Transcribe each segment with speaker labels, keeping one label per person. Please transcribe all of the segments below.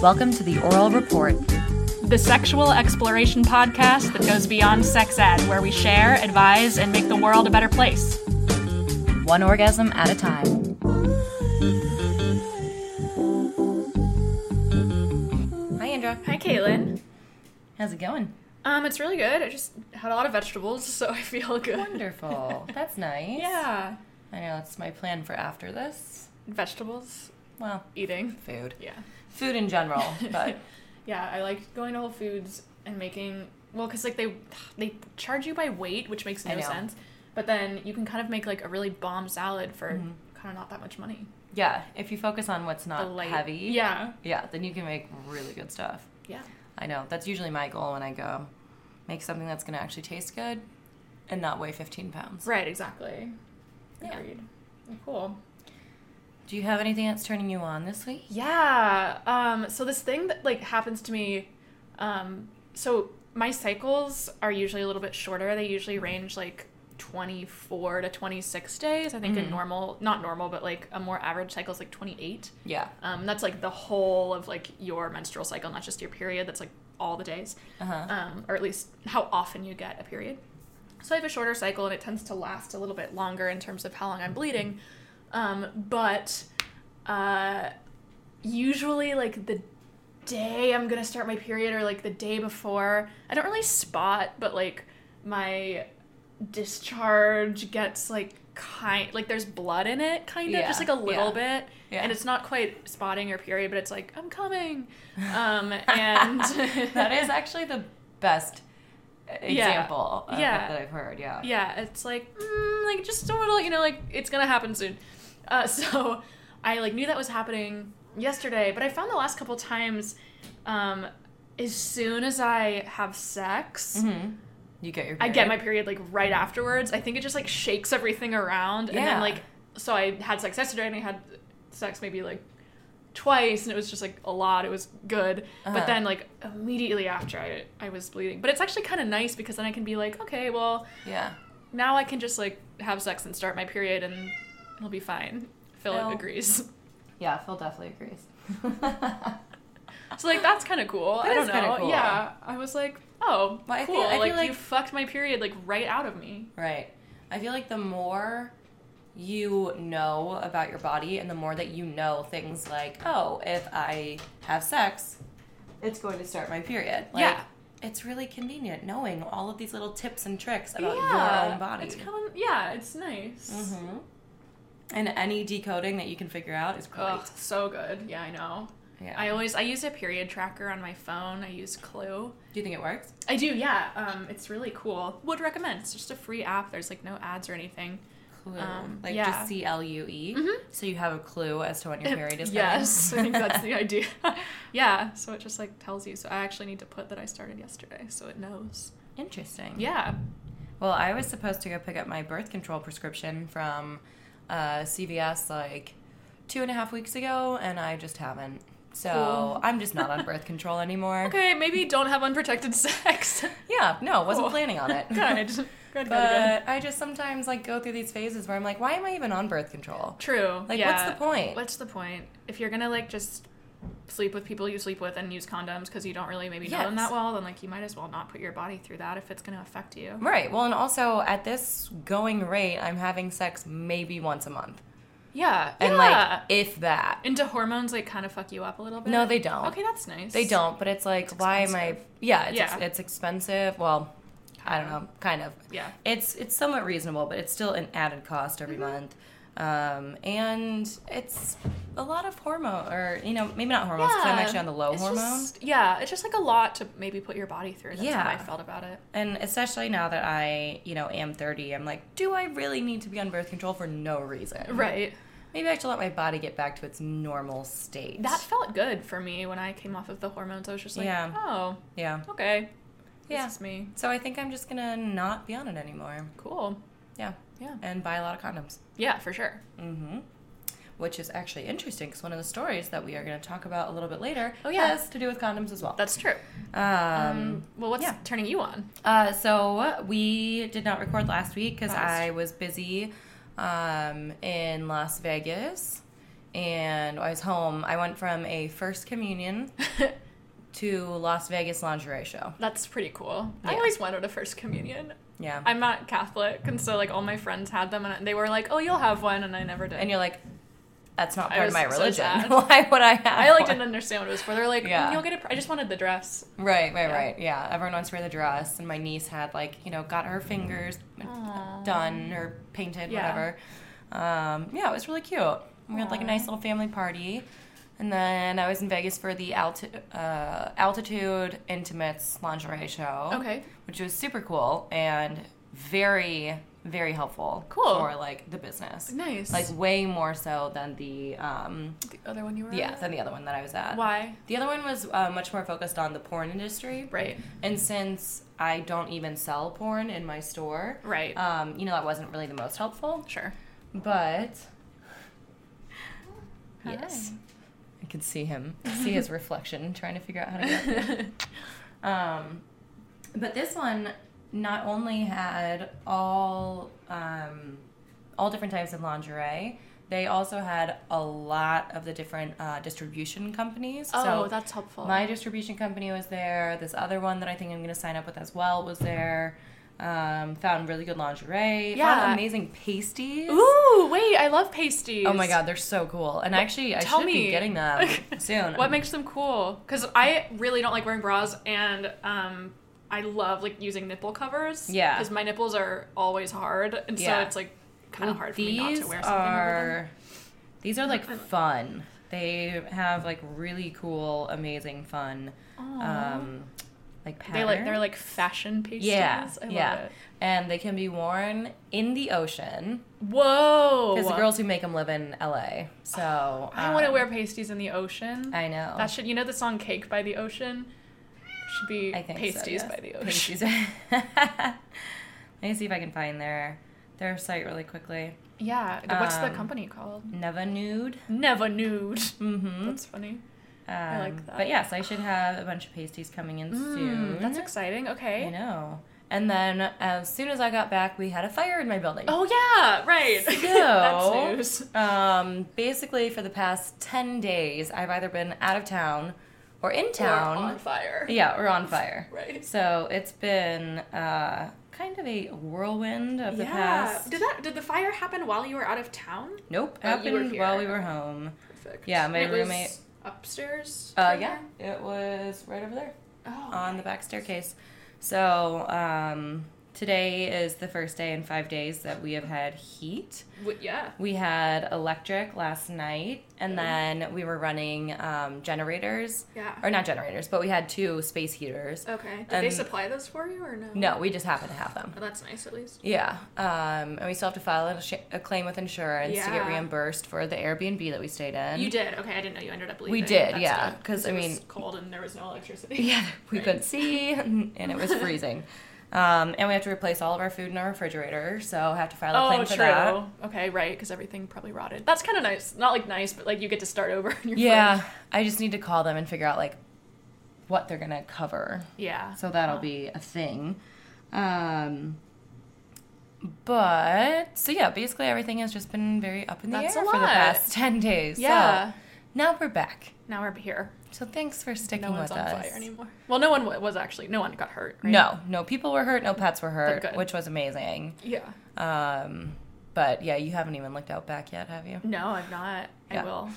Speaker 1: Welcome to the Oral Report.
Speaker 2: the sexual exploration podcast that goes beyond sex ed, where we share, advise, and make the world a better place.
Speaker 1: One orgasm at a time. Hi, Andrea.
Speaker 2: Hi, Caitlin.
Speaker 1: How's it going?
Speaker 2: Um, it's really good. I just had a lot of vegetables, so I feel good.
Speaker 1: Wonderful. That's nice.
Speaker 2: Yeah,
Speaker 1: I know that's my plan for after this.
Speaker 2: vegetables,
Speaker 1: Well,
Speaker 2: eating.
Speaker 1: food.
Speaker 2: Yeah,
Speaker 1: Food in general, but
Speaker 2: yeah. I like going to Whole Foods and making well, cause like they they charge you by weight, which makes
Speaker 1: I
Speaker 2: no
Speaker 1: know.
Speaker 2: sense. But then you can kind of make like a really bomb salad for kind of not that much money.
Speaker 1: yeah, if you focus on what's
Speaker 2: The
Speaker 1: not
Speaker 2: light-
Speaker 1: heavy,
Speaker 2: Yeah,
Speaker 1: yeah, then you can make really good stuff.
Speaker 2: yeah.
Speaker 1: I know. That's usually my goal when I go. Make something that's going to actually taste good and not weigh 15 pounds.
Speaker 2: Right, exactly.
Speaker 1: Yeah.
Speaker 2: Agreed. Cool.
Speaker 1: Do you have anything that's turning you on this week?
Speaker 2: Yeah. Um, so this thing that like happens to me, um, so my cycles are usually a little bit shorter. They usually range like 24 to 26 days. I think a normal, not normal, but like a more average cycle is like 28.
Speaker 1: Yeah.
Speaker 2: Um, that's like the whole of like your menstrual cycle, not just your period. That's like all the days,
Speaker 1: Uh-huh.
Speaker 2: um, or at least how often you get a period. So I have a shorter cycle, and it tends to last a little bit longer in terms of how long I'm bleeding. Um, but uh, usually, like the day I'm gonna start my period, or like the day before, I don't really spot, but like my discharge gets like kind like there's blood in it kind of
Speaker 1: Yeah,
Speaker 2: just like a little
Speaker 1: yeah.
Speaker 2: bit bit,
Speaker 1: Yeah.
Speaker 2: and it's not quite spotting or period, but it's like I'm coming, um, and
Speaker 1: that is actually the best example of it
Speaker 2: Yeah.
Speaker 1: that I've heard. Yeah.
Speaker 2: yeah, it's like mm, like just don't want to let you know like it's gonna happen soon. Uh, so I like knew that was happening yesterday, but I found the last couple times, um, as soon as I have sex.
Speaker 1: hmm You get your.
Speaker 2: I get my
Speaker 1: period.
Speaker 2: period like right afterwards. I think it just like shakes everything around, and
Speaker 1: Yeah.
Speaker 2: then like so I had sex yesterday, and I had sex maybe like twice, and it was just like a lot. It was good,
Speaker 1: Uh-huh.
Speaker 2: but then like immediately after I I was bleeding. But it's actually kind of nice because then I can be like, okay, well
Speaker 1: Yeah.
Speaker 2: now I can just like have sex and start my period, and it'll be fine. Phil
Speaker 1: Well.
Speaker 2: agrees.
Speaker 1: Yeah. Phil definitely agrees.
Speaker 2: So like that's kind of cool.
Speaker 1: That
Speaker 2: I
Speaker 1: is
Speaker 2: don't
Speaker 1: kinda
Speaker 2: know.
Speaker 1: cool.
Speaker 2: Yeah, I was like, oh,
Speaker 1: Well, I
Speaker 2: cool.
Speaker 1: feel- I feel
Speaker 2: like,
Speaker 1: like-
Speaker 2: you fucked my period like right out of me.
Speaker 1: right. I feel like the more you know about your body, and the more that you know things like, oh, if I have sex, it's going to start my period. Like,
Speaker 2: Yeah.
Speaker 1: It's really convenient knowing all of these little tips and tricks about your own body.
Speaker 2: It's kind of yeah, it's nice.
Speaker 1: hmm And any decoding that you can figure out is great.
Speaker 2: Ugh, so good. Yeah, I know.
Speaker 1: Yeah.
Speaker 2: I always I use a period tracker on my phone. I use Clue.
Speaker 1: Do you think it works?
Speaker 2: I do, yeah. Um, it's really cool. Would recommend. It's just a free app. There's like no ads or anything.
Speaker 1: Clue.
Speaker 2: Um,
Speaker 1: like
Speaker 2: yeah. Mm-hmm.
Speaker 1: just C L U E. So you have a clue as to when your period is
Speaker 2: yes, I
Speaker 1: coming.
Speaker 2: think that's the idea. yeah, so it just like tells you. So I actually need to put that I started yesterday, so it knows.
Speaker 1: Interesting.
Speaker 2: Yeah.
Speaker 1: Well, I was supposed to go pick up my birth control prescription from uh, CVS like two and a half weeks ago, and I just haven't. So
Speaker 2: Cool.
Speaker 1: I'm just not on birth control anymore.
Speaker 2: Okay, maybe don't have unprotected sex.
Speaker 1: Yeah, no, wasn't
Speaker 2: Cool.
Speaker 1: planning on it.
Speaker 2: good. Good. Good. good.
Speaker 1: But I just sometimes like go through these phases where I'm like, why am I even on birth control?
Speaker 2: True.
Speaker 1: Like,
Speaker 2: yeah.
Speaker 1: what's the point?
Speaker 2: What's the point? If you're gonna like just sleep with people you sleep with and use condoms because you don't really maybe know them
Speaker 1: Yes.
Speaker 2: that well, then like you might as well not put your body through that if it's gonna affect you.
Speaker 1: Right. Well, and also at this going rate, I'm having sex maybe once a month.
Speaker 2: Yeah.
Speaker 1: And
Speaker 2: yeah.
Speaker 1: like, if that.
Speaker 2: and do hormones like kind of fuck you up a little bit?
Speaker 1: No, they don't.
Speaker 2: Okay, that's nice.
Speaker 1: They don't, but it's like,
Speaker 2: It's
Speaker 1: why am I?
Speaker 2: expensive.
Speaker 1: Yeah, it's,
Speaker 2: Yeah.
Speaker 1: it's expensive. Well, I don't know, kind of.
Speaker 2: Yeah.
Speaker 1: It's it's somewhat reasonable, but it's still an added cost
Speaker 2: Mm-hmm.
Speaker 1: every month. Um, and it's a lot of hormone, or you know, maybe not hormones. 'cause I'm
Speaker 2: Yeah.
Speaker 1: actually on the low
Speaker 2: It's
Speaker 1: hormone,
Speaker 2: just- yeah, it's just like a lot to maybe put your body through. That's
Speaker 1: Yeah.
Speaker 2: how I felt about it.
Speaker 1: and especially now that I, you know, am 30, I'm like, do I really need to be on birth control for no reason?
Speaker 2: Right.
Speaker 1: Maybe I should let my body get back to its normal state.
Speaker 2: That felt good for me when I came off of the hormones. I was just like,
Speaker 1: Yeah.
Speaker 2: oh,
Speaker 1: yeah.
Speaker 2: okay. This
Speaker 1: Yeah.
Speaker 2: is me.
Speaker 1: So I think I'm just gonna not be on it anymore.
Speaker 2: Cool.
Speaker 1: Yeah.
Speaker 2: Yeah.
Speaker 1: And buy a lot of condoms.
Speaker 2: Yeah, for sure.
Speaker 1: Mm-hmm. Which is actually interesting because one of the stories that we are going to talk about a little bit later
Speaker 2: Oh, yeah.
Speaker 1: has to do with condoms as well.
Speaker 2: That's true.
Speaker 1: um,
Speaker 2: well, what's
Speaker 1: yeah.
Speaker 2: turning you on?
Speaker 1: uh, so we did not record last week because
Speaker 2: That was-
Speaker 1: I was busy um, in Las Vegas and I was home. I went from a first communion to Las Vegas lingerie show.
Speaker 2: That's pretty cool. I
Speaker 1: Yeah.
Speaker 2: always wanted a first communion.
Speaker 1: Yeah.
Speaker 2: I'm not Catholic, and so like all my friends had them, and they were like, "Oh, you'll have one," and I never did.
Speaker 1: and you're like, that's not
Speaker 2: I
Speaker 1: part of
Speaker 2: was
Speaker 1: my
Speaker 2: so
Speaker 1: religion.
Speaker 2: sad.
Speaker 1: Why would I have?
Speaker 2: I like
Speaker 1: one?
Speaker 2: didn't understand what it was for. They're like, "Mm,
Speaker 1: Yeah.
Speaker 2: "You'll get it." I just wanted the dress.
Speaker 1: Right, right,
Speaker 2: Yeah.
Speaker 1: right. Yeah, everyone wants to wear the dress, and my niece had like you know got her fingers
Speaker 2: Aw.
Speaker 1: done or painted,
Speaker 2: Yeah.
Speaker 1: whatever. Um, yeah, it was really cute. We had like a
Speaker 2: Aw.
Speaker 1: nice little family party, and then I was in Vegas for the alti- uh, altitude intimates lingerie show,
Speaker 2: Okay.
Speaker 1: which was super cool and very very helpful
Speaker 2: Cool.
Speaker 1: for like the business,
Speaker 2: Nice.
Speaker 1: like way more so than the um,
Speaker 2: the other one you were.
Speaker 1: yeah
Speaker 2: at?
Speaker 1: than the other one that I was at.
Speaker 2: Why?
Speaker 1: The other one was uh, much more focused on the porn industry.
Speaker 2: Right.
Speaker 1: And since I don't even sell porn in my store,
Speaker 2: Right.
Speaker 1: um, you know, that wasn't really the most helpful.
Speaker 2: sure.
Speaker 1: But yes, I could see him, see his reflection, trying to figure out how to get there. Um, but this one not only had all um, all different types of lingerie, they also had a lot of the different uh, distribution companies.
Speaker 2: oh,
Speaker 1: so
Speaker 2: that's helpful.
Speaker 1: my distribution company was there. This other one that I think I'm going to sign up with as well was there. Um, found really good lingerie.
Speaker 2: Yeah.
Speaker 1: Found amazing pasties.
Speaker 2: Ooh, wait! I love pasties.
Speaker 1: Oh my god, they're so cool. And actually, I
Speaker 2: Tell
Speaker 1: should
Speaker 2: me.
Speaker 1: be getting them soon.
Speaker 2: What makes them cool? Because I really don't like wearing bras, and um, I love like using nipple covers.
Speaker 1: Yeah.
Speaker 2: Because my nipples are always hard, and
Speaker 1: Yeah.
Speaker 2: so it's like kind of
Speaker 1: Well,
Speaker 2: hard for me
Speaker 1: these
Speaker 2: not to wear something. over them.
Speaker 1: are these are like fun. They have like really cool, amazing fun.
Speaker 2: Aw.
Speaker 1: Um, like pattern.
Speaker 2: they like they're like fashion pasties.
Speaker 1: yeah,
Speaker 2: I love
Speaker 1: yeah,
Speaker 2: It.
Speaker 1: and they can be worn in the ocean.
Speaker 2: Whoa!
Speaker 1: Because the girls who make them live in LA. So
Speaker 2: I want to
Speaker 1: um,
Speaker 2: wear pasties in the ocean.
Speaker 1: I know.
Speaker 2: that should you know the song "Cake by the Ocean." Should be
Speaker 1: I think so,
Speaker 2: pasties
Speaker 1: yes.
Speaker 2: by the ocean.
Speaker 1: Pasties. Let me see if I can find their their site really quickly.
Speaker 2: Yeah. What's the
Speaker 1: Um,
Speaker 2: company called?
Speaker 1: Neva Nude.
Speaker 2: Never nude.
Speaker 1: Mm-hmm.
Speaker 2: That's funny.
Speaker 1: I
Speaker 2: like that.
Speaker 1: But yes, I should have a bunch of pasties coming in soon.
Speaker 2: Mm, that's exciting. Okay.
Speaker 1: I Hmm, know. And then as soon as I got back, we had a fire in my building.
Speaker 2: Oh yeah, right.
Speaker 1: So-
Speaker 2: That's news.
Speaker 1: Um, basically, for the past 10 days, I've either been out of town or in town.
Speaker 2: Or on fire.
Speaker 1: Yeah, we're on fire.
Speaker 2: Right.
Speaker 1: So it's been uh, kind of a whirlwind of the
Speaker 2: yeah.
Speaker 1: past.
Speaker 2: Did that? Did the fire happen while you were out of town?
Speaker 1: Nope,
Speaker 2: Oh, you were
Speaker 1: happened while we
Speaker 2: here.
Speaker 1: were home.
Speaker 2: Perfect.
Speaker 1: Yeah, my
Speaker 2: It was
Speaker 1: roommate-
Speaker 2: upstairs.
Speaker 1: Uh,
Speaker 2: from
Speaker 1: yeah,
Speaker 2: there?
Speaker 1: it was right over there
Speaker 2: Oh.
Speaker 1: on the back staircase. So um, today is the first day in five days that we have had heat.
Speaker 2: W- yeah.
Speaker 1: We had electric last night, and then we were running um, generators,
Speaker 2: Yeah.
Speaker 1: or not generators, but we had two space heaters.
Speaker 2: Okay. Did they
Speaker 1: and-
Speaker 2: supply those for you or no?
Speaker 1: No, we just happened to have them.
Speaker 2: Oh, that's nice at least.
Speaker 1: Yeah, um, and we still have to file a, sh- a claim with insurance to get
Speaker 2: Yeah.
Speaker 1: reimbursed for the Airbnb that we stayed in.
Speaker 2: You did. Okay, I didn't know you ended up leaving.
Speaker 1: We did,
Speaker 2: That's
Speaker 1: yeah,
Speaker 2: good,
Speaker 1: 'cause, I
Speaker 2: it was
Speaker 1: mean-
Speaker 2: cold and there was no electricity.
Speaker 1: Yeah, we
Speaker 2: Right.
Speaker 1: couldn't see, and it was freezing. um, and we have to replace all of our food in our refrigerator, so I have to file a
Speaker 2: Oh,
Speaker 1: claim for
Speaker 2: true.
Speaker 1: that.
Speaker 2: Okay, right, because everything probably rotted. That's kind of nice. Not like nice, but like you get to start over. In your
Speaker 1: Yeah, I just need to call them and figure out like what they're gonna cover.
Speaker 2: Yeah.
Speaker 1: So that'll be a thing. Um, but so yeah, basically everything has just been very up in the
Speaker 2: That's
Speaker 1: air
Speaker 2: a
Speaker 1: for the
Speaker 2: lot.
Speaker 1: past ten days.
Speaker 2: Yeah.
Speaker 1: So now we're back.
Speaker 2: now we're here.
Speaker 1: So thanks for sticking
Speaker 2: No one's
Speaker 1: with
Speaker 2: on
Speaker 1: us.
Speaker 2: fire anymore. Well, no one wa- was actually. No one got hurt. Right?
Speaker 1: No, no people were hurt, no pets were hurt,
Speaker 2: good.
Speaker 1: which was amazing.
Speaker 2: Yeah.
Speaker 1: Um, but yeah, you haven't even looked out back yet, have you?
Speaker 2: No, I'm not.
Speaker 1: Yeah.
Speaker 2: I will.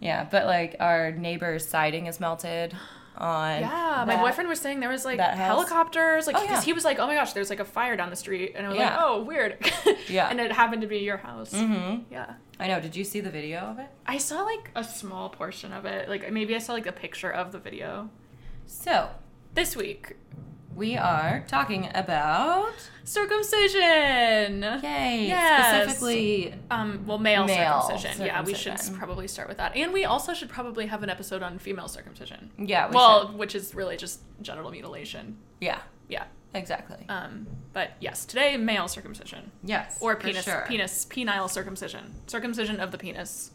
Speaker 1: Yeah, but like our neighbor's siding is melted on.
Speaker 2: Yeah, my
Speaker 1: that-
Speaker 2: boyfriend was saying there was like
Speaker 1: that house?
Speaker 2: helicopters, like
Speaker 1: Oh,
Speaker 2: because
Speaker 1: yeah.
Speaker 2: he was like, "Oh my gosh, there's like a fire down the street," and I was like,
Speaker 1: Yeah.
Speaker 2: "Oh, weird."
Speaker 1: Yeah.
Speaker 2: and it happened to be your house.
Speaker 1: Mhm.
Speaker 2: Yeah,
Speaker 1: I know. Did you see the video of it?
Speaker 2: I saw like a small portion of it. Like maybe I saw like a picture of the video
Speaker 1: So
Speaker 2: this week.
Speaker 1: we are talking about
Speaker 2: Circumcision.
Speaker 1: yay,
Speaker 2: Yes.
Speaker 1: specifically
Speaker 2: Um, well, male,
Speaker 1: Male
Speaker 2: circumcision. Yeah, we should
Speaker 1: circumcision.
Speaker 2: probably start with that, and we also should probably have an episode on female circumcision.
Speaker 1: yeah. We
Speaker 2: well,
Speaker 1: should.
Speaker 2: which is really just genital mutilation.
Speaker 1: yeah,
Speaker 2: Yeah.
Speaker 1: exactly.
Speaker 2: Um, but yes, today male circumcision
Speaker 1: yes,
Speaker 2: or
Speaker 1: for
Speaker 2: penis,
Speaker 1: sure.
Speaker 2: penis, penile circumcision, circumcision of the penis.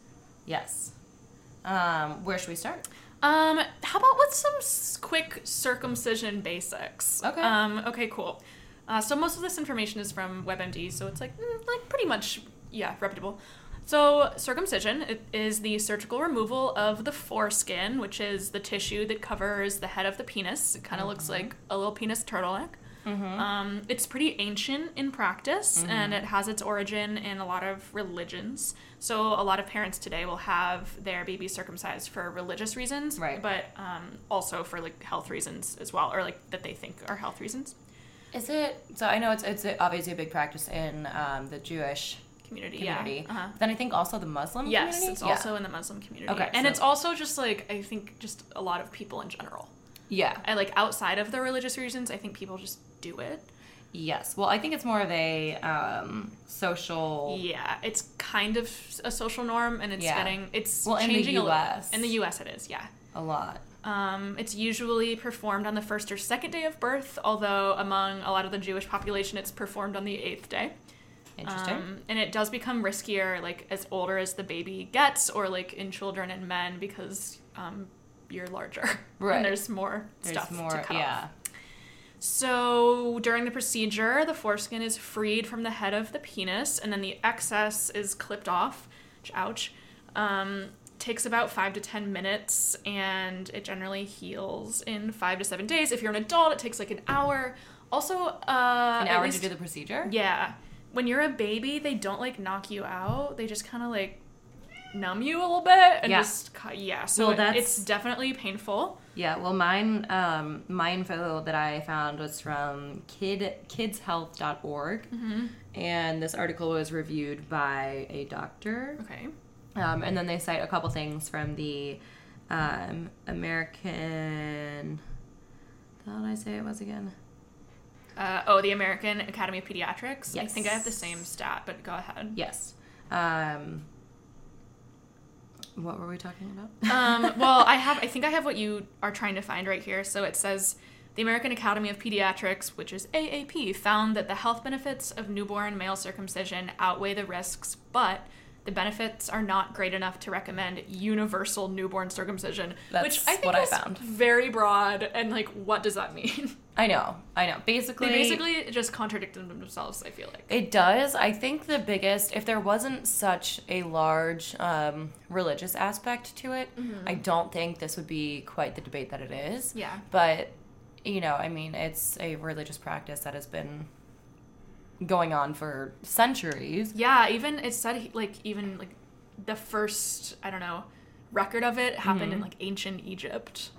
Speaker 1: Yes. Um, where should we start?
Speaker 2: Um, how about with some s- quick circumcision basics?
Speaker 1: Okay.
Speaker 2: Um, okay, cool. Uh, so most of this information is from WebMD, so it's like mm, like pretty much yeah reputable. So, circumcision it is the surgical removal of the foreskin, which is the tissue that covers the head of the penis. It kind of looks like a little penis turtleneck.
Speaker 1: Mm-hmm.
Speaker 2: Um, it's pretty ancient in practice, and it has its origin in a lot of religions. So, a lot of parents today will have their baby circumcised for religious reasons,
Speaker 1: Right.
Speaker 2: but um, also for like health reasons as well, or like that they think are health reasons.
Speaker 1: Is it so? I know it's it's obviously a big practice in um, the Jewish
Speaker 2: Community,
Speaker 1: community.
Speaker 2: yeah. Uh-huh.
Speaker 1: Then I think also the Muslim
Speaker 2: Yes,
Speaker 1: community.
Speaker 2: it's
Speaker 1: Yeah.
Speaker 2: also in the Muslim community.
Speaker 1: Okay,
Speaker 2: and
Speaker 1: so-
Speaker 2: it's also just like I think just a lot of people in general.
Speaker 1: yeah.
Speaker 2: I like outside of the religious reasons, I think people just do it.
Speaker 1: Yes. Well, I think it's more of a um, social.
Speaker 2: Yeah, it's kind of a social norm, and it's
Speaker 1: Yeah.
Speaker 2: getting it's
Speaker 1: Well, in the
Speaker 2: changing a
Speaker 1: US.
Speaker 2: little. In the U.S., it is. Yeah,
Speaker 1: A lot.
Speaker 2: um, it's usually performed on the first or second day of birth, although among a lot of the Jewish population, it's performed on the eighth day.
Speaker 1: Interesting.
Speaker 2: Um, and it does become riskier, like as older as the baby gets, or like in children and men, because um, you're larger
Speaker 1: Right.
Speaker 2: and there's more
Speaker 1: There's
Speaker 2: stuff
Speaker 1: more.
Speaker 2: to cut off.
Speaker 1: yeah.
Speaker 2: So during the procedure, the foreskin is freed from the head of the penis, and then the excess is clipped off. which- Ouch. Um, takes about five to ten minutes, and it generally heals in five to seven days. If you're an adult, it takes like an hour. Also, uh,
Speaker 1: An
Speaker 2: at
Speaker 1: hour
Speaker 2: least-
Speaker 1: to do the procedure.
Speaker 2: yeah. When you're a baby, they don't like knock you out. They just kind of like numb you a little bit and
Speaker 1: Yeah.
Speaker 2: just cut. Yeah. So
Speaker 1: Well,
Speaker 2: it-
Speaker 1: that's-
Speaker 2: it's definitely painful.
Speaker 1: Yeah, well, mine, um, my info that I found was from kid kidshealth.org,
Speaker 2: Mm-hmm.
Speaker 1: and this article was reviewed by a doctor,
Speaker 2: Okay.
Speaker 1: um, and then they cite a couple things from the um, American. How did I say it was again?
Speaker 2: Uh, oh, the American Academy of Pediatrics. I
Speaker 1: Yes.
Speaker 2: think I have the same stat, but go ahead.
Speaker 1: Yes. Um, what were we talking about?
Speaker 2: Um, well, I have. I think I have what you are trying to find right here. So it says. The American Academy of Pediatrics, which is AAP, found that the health benefits of newborn male circumcision outweigh the risks, but the benefits are not great enough to recommend universal newborn circumcision, which
Speaker 1: That's
Speaker 2: I think
Speaker 1: what I
Speaker 2: is
Speaker 1: found.
Speaker 2: very broad. And like, what does that mean?
Speaker 1: I know, I know.
Speaker 2: they basically just contradicted themselves. I feel like.
Speaker 1: It does. I think the biggest, if there wasn't such a large um, religious aspect to it,
Speaker 2: Mm-hmm.
Speaker 1: I don't think this would be quite the debate that it is.
Speaker 2: Yeah.
Speaker 1: But, you know, I mean, it's a religious practice that has been going on for centuries.
Speaker 2: Yeah, even it said he- like even like the first I don't know record of it happened in like ancient Egypt.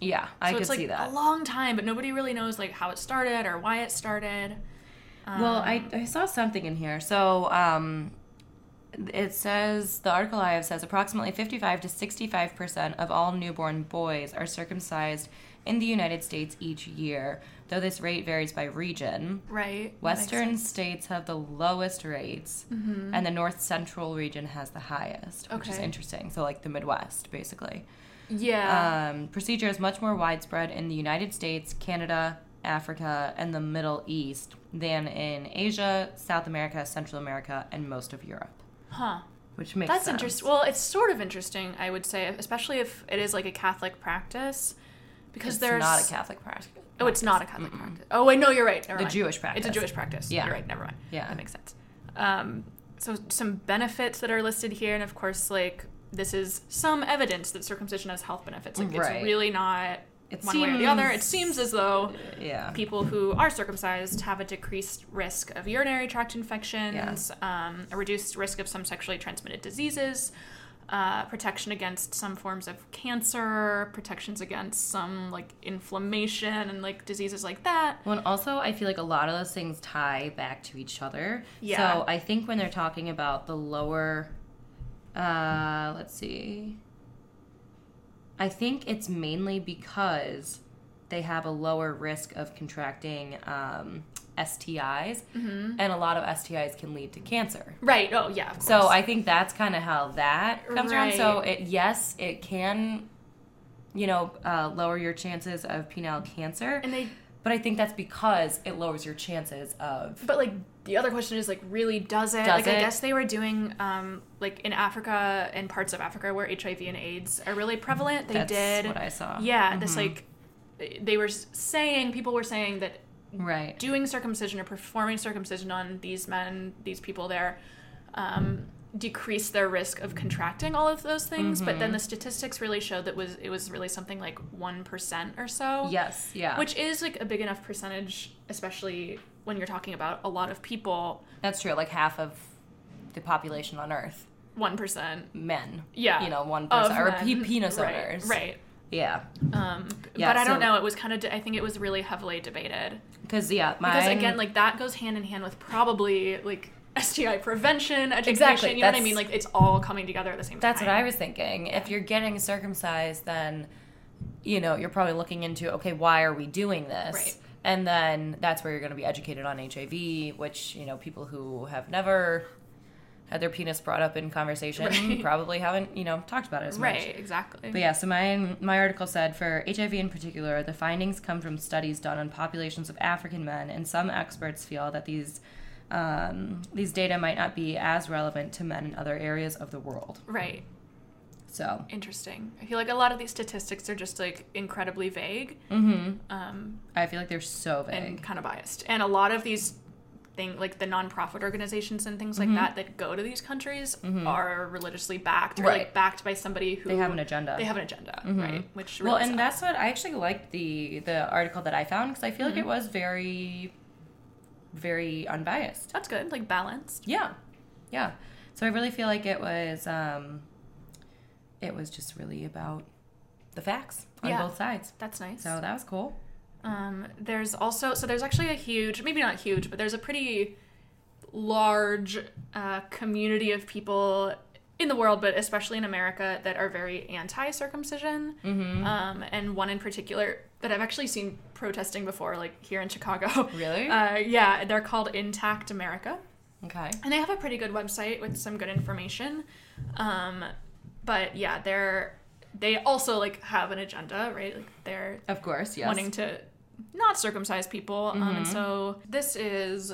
Speaker 1: Yeah, Mm-hmm. I
Speaker 2: So
Speaker 1: could
Speaker 2: it's like
Speaker 1: see that.
Speaker 2: a long time, but nobody really knows like how it started or why it started. Um,
Speaker 1: Well, I, I saw something in here. So um, it says the article I have says approximately 55 to 65 percent of all newborn boys are circumcised in the United States each year, though this rate varies by region.
Speaker 2: right that makes
Speaker 1: Western
Speaker 2: sense. Mm-hmm.
Speaker 1: states have the lowest rates, and the North Central region has the highest, which is
Speaker 2: Mm. Okay.
Speaker 1: interesting. So, like the Midwest, basically.
Speaker 2: yeah
Speaker 1: Um, procedure is much more widespread in the United States, Canada, Africa, and the Middle East than in Asia, South America, Central America, and most of Europe.
Speaker 2: huh
Speaker 1: Which uh, makes
Speaker 2: that's
Speaker 1: sense.
Speaker 2: interesting. Well, it's sort of interesting, I would say, especially if it is like a Catholic practice, because
Speaker 1: It's
Speaker 2: there's
Speaker 1: not a Catholic practice.
Speaker 2: Oh, it's not a Catholic practice. Oh, wait, no, you're right. Never
Speaker 1: The
Speaker 2: mind.
Speaker 1: Jewish practice.
Speaker 2: It's a Jewish practice.
Speaker 1: Yeah.
Speaker 2: You're right. Never mind.
Speaker 1: Yeah.
Speaker 2: That makes sense. Um, so, some benefits that are listed here, and of course, like, this is some evidence that circumcision has health benefits. Like,
Speaker 1: Right.
Speaker 2: it's really not
Speaker 1: It
Speaker 2: one way or the other. It
Speaker 1: seems-
Speaker 2: seems as though
Speaker 1: Yeah.
Speaker 2: people who are circumcised have a decreased risk of urinary tract infections, um, a reduced risk of some sexually transmitted diseases, uh, protection against some forms of cancer, protections against some like inflammation and like diseases like that.
Speaker 1: Well, and also, I feel like a lot of those things tie back to each other.
Speaker 2: Yeah.
Speaker 1: So I think when they're talking about the lower, uh, let's see, I think it's mainly because they have a lower risk of contracting um, STIs, and a lot of STIs can lead to cancer.
Speaker 2: Right. Oh, yeah. Of course.
Speaker 1: So I think that's kind of how that comes around. So
Speaker 2: Right.
Speaker 1: it, yes, it can, you know, uh, lower your chances of penile cancer.
Speaker 2: and they,
Speaker 1: But I think that's because it lowers your chances of.
Speaker 2: but like the other question is like, really does it?
Speaker 1: Does
Speaker 2: like, I
Speaker 1: it?
Speaker 2: guess they were doing um, like in Africa and parts of Africa where HIV and AIDS are really prevalent. They
Speaker 1: that's
Speaker 2: did.
Speaker 1: what I Mm-hmm. saw.
Speaker 2: yeah this like they were s- saying people were saying that
Speaker 1: Right.
Speaker 2: doing circumcision or performing circumcision on these men these people there um, decrease their risk of contracting all of those things. But
Speaker 1: Mm-hmm.
Speaker 2: then the statistics really showed that was it was really something like one percent or so.
Speaker 1: Yes, yeah.
Speaker 2: Which is like a big enough percentage, especially when you're talking about a lot of people.
Speaker 1: that's true. Like half of the population on Earth,
Speaker 2: One percent.
Speaker 1: men.
Speaker 2: Yeah.
Speaker 1: You know, one
Speaker 2: of
Speaker 1: person or
Speaker 2: men.
Speaker 1: pe- penis
Speaker 2: Right,
Speaker 1: owners.
Speaker 2: Right.
Speaker 1: Yeah.
Speaker 2: Um, b-
Speaker 1: Yeah,
Speaker 2: but I
Speaker 1: so-
Speaker 2: don't know. It was kind of. I think it was really heavily debated
Speaker 1: Because yeah, my
Speaker 2: because again, like that goes hand in hand with probably like STI prevention, education.
Speaker 1: Exactly,
Speaker 2: You know what I
Speaker 1: that's-
Speaker 2: mean? Like it's all coming together at the same
Speaker 1: That's
Speaker 2: time.
Speaker 1: what I was thinking. If you're getting circumcised, then you know you're probably looking into okay, why are we doing this?
Speaker 2: Right.
Speaker 1: And then that's where you're going to be educated on HIV, which you know people who have never had their penis brought up in conversation
Speaker 2: Right.
Speaker 1: probably haven't you know talked about it as much.
Speaker 2: Right. Exactly.
Speaker 1: But yeah, so my my article said for HIV in particular, the findings come from studies done on populations of African men, and some experts feel that these um, these data might not be as relevant to men in other areas of the world.
Speaker 2: Right.
Speaker 1: So
Speaker 2: Interesting. I feel like a lot of these statistics are just like incredibly vague
Speaker 1: mm-hmm.
Speaker 2: um,
Speaker 1: I feel like they're so
Speaker 2: and
Speaker 1: vague.
Speaker 2: kind of biased. And a lot of these thing like the nonprofit organizations and things like
Speaker 1: Mm-hmm.
Speaker 2: that that go to these countries are religiously backed or
Speaker 1: Right.
Speaker 2: like backed by somebody who
Speaker 1: They have an agenda. Mm-hmm.
Speaker 2: They have an agenda, right? Which really
Speaker 1: well, and
Speaker 2: sucks.
Speaker 1: that's what I actually liked the the article that I found because I feel like it was very, very unbiased.
Speaker 2: that's good, like balanced.
Speaker 1: Yeah, yeah. So I really feel like it was, um, it was just really about the facts on
Speaker 2: Yeah.
Speaker 1: both sides.
Speaker 2: That's nice.
Speaker 1: So that was cool.
Speaker 2: Um, there's also so there's actually a huge, maybe not huge, but there's a pretty large uh, community of people in the world, but especially in America, that are very anti-circumcision.
Speaker 1: Mm-hmm.
Speaker 2: Um, and one in particular that I've actually seen protesting before, like here in Chicago.
Speaker 1: Really?
Speaker 2: Uh, yeah, they're called Intact America
Speaker 1: Okay.
Speaker 2: and they have a pretty good website with some good information um but yeah they're they also like have an agenda right like they're
Speaker 1: Of course, yes. Mm-hmm.
Speaker 2: wanting to not circumcise people um and so this is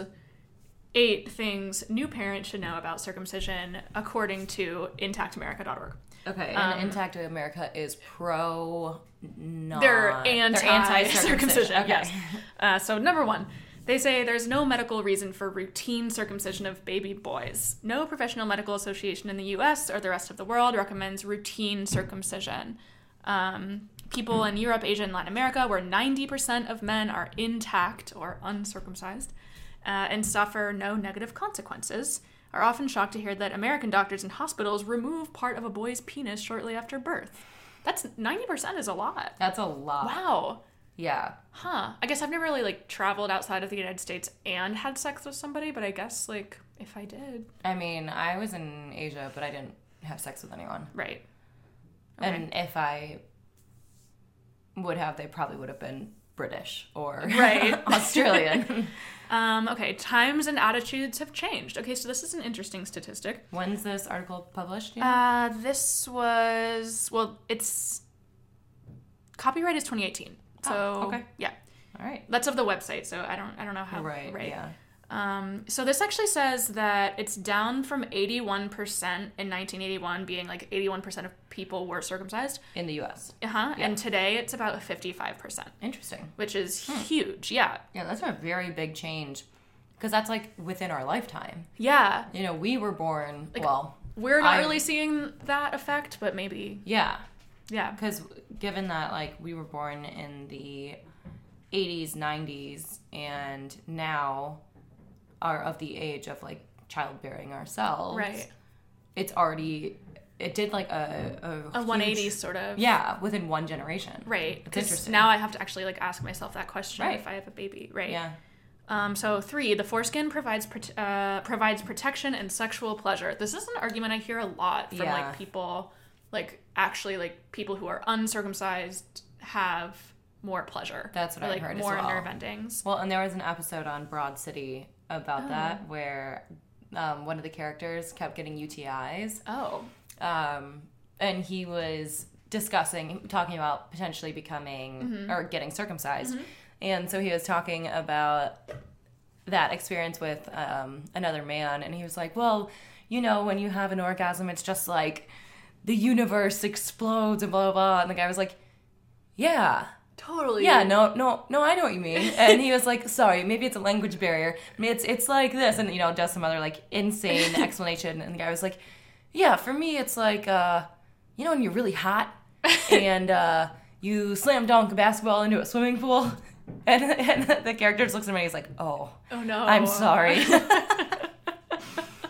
Speaker 2: eight things new parents should know about circumcision according to intactamerica.org
Speaker 1: okay,
Speaker 2: um,
Speaker 1: and Intact America is pro. Non-
Speaker 2: they're anti circumcision.
Speaker 1: Okay.
Speaker 2: Yes. Uh, so number one, they say there's no medical reason for routine circumcision of baby boys. No professional medical association in the U.S. or the rest of the world recommends routine circumcision. Um, people in Europe, Asia, and Latin America, where 90% of men are intact or uncircumcised uh, and suffer no negative consequences, are often shocked to hear that American doctors and hospitals remove part of a boy's penis shortly after birth. That's 90% is a lot.
Speaker 1: That's a lot.
Speaker 2: Wow.
Speaker 1: Yeah.
Speaker 2: Huh. I guess I've never really like traveled outside of the United States and had sex with somebody, but I guess like if I did,
Speaker 1: I mean, I was in Asia, but I didn't have sex with anyone.
Speaker 2: right. Okay.
Speaker 1: And if I would have, they probably would have been British or
Speaker 2: Right.
Speaker 1: Australian.
Speaker 2: Um okay, times and attitudes have changed. Okay, so this is an interesting statistic.
Speaker 1: When's this article published? do you know?
Speaker 2: Uh this was well, it's copyright is 2018. So
Speaker 1: Oh, okay.
Speaker 2: yeah.
Speaker 1: All right.
Speaker 2: That's of the website, so I don't I don't know how
Speaker 1: Right, Yeah.
Speaker 2: Um, so this actually says that it's down from 81% in 1981 being like 81% of people were circumcised
Speaker 1: In the U.S.
Speaker 2: Uh-huh. And today it's about 55%,
Speaker 1: Interesting.
Speaker 2: which is huge. Yeah.
Speaker 1: Yeah, that's a very big change because that's like within our lifetime.
Speaker 2: Yeah.
Speaker 1: You know, we were born. well,
Speaker 2: We're not
Speaker 1: I-
Speaker 2: really seeing that effect, but maybe.
Speaker 1: yeah,
Speaker 2: Yeah.
Speaker 1: because given that like we were born in the 80s, 90s, and now are of the age of like childbearing ourselves.
Speaker 2: Right.
Speaker 1: it's already it did like a a,
Speaker 2: A
Speaker 1: huge-
Speaker 2: 180 sort of.
Speaker 1: yeah within one generation
Speaker 2: Right.
Speaker 1: That's
Speaker 2: 'Cause
Speaker 1: interesting.
Speaker 2: now I have to actually like ask myself that question
Speaker 1: Right.
Speaker 2: if I have a baby. Right.
Speaker 1: yeah
Speaker 2: Um, so three, the foreskin provides prote- uh, provides protection and sexual pleasure. This is an argument I hear a lot from
Speaker 1: Yeah.
Speaker 2: like people, like actually like people who are uncircumcised have more pleasure.
Speaker 1: That's what
Speaker 2: Or,
Speaker 1: I've
Speaker 2: like,
Speaker 1: heard as
Speaker 2: More
Speaker 1: well.
Speaker 2: nerve endings.
Speaker 1: well and there was an episode on broad city
Speaker 2: Oh.
Speaker 1: about that where um, one of the characters kept getting utis
Speaker 2: Oh,
Speaker 1: um, and he was discussing talking about potentially becoming or getting circumcised and so he was talking about that experience with um, another man and he was like well you know when you have an orgasm it's just like the universe explodes and blah blah blah and the guy was like yeah
Speaker 2: totally.
Speaker 1: yeah, no, no, no, I know what you mean. And he was like, sorry, maybe it's a language barrier. I mean, it's it's like this, and you know, does some other like insane explanation. And the guy was like, yeah, for me, it's like, uh, you know, when you're really hot and uh, you slam dunk a basketball into a swimming pool, and and the character just looks at me, and he's like, oh,
Speaker 2: Oh no.
Speaker 1: I'm sorry.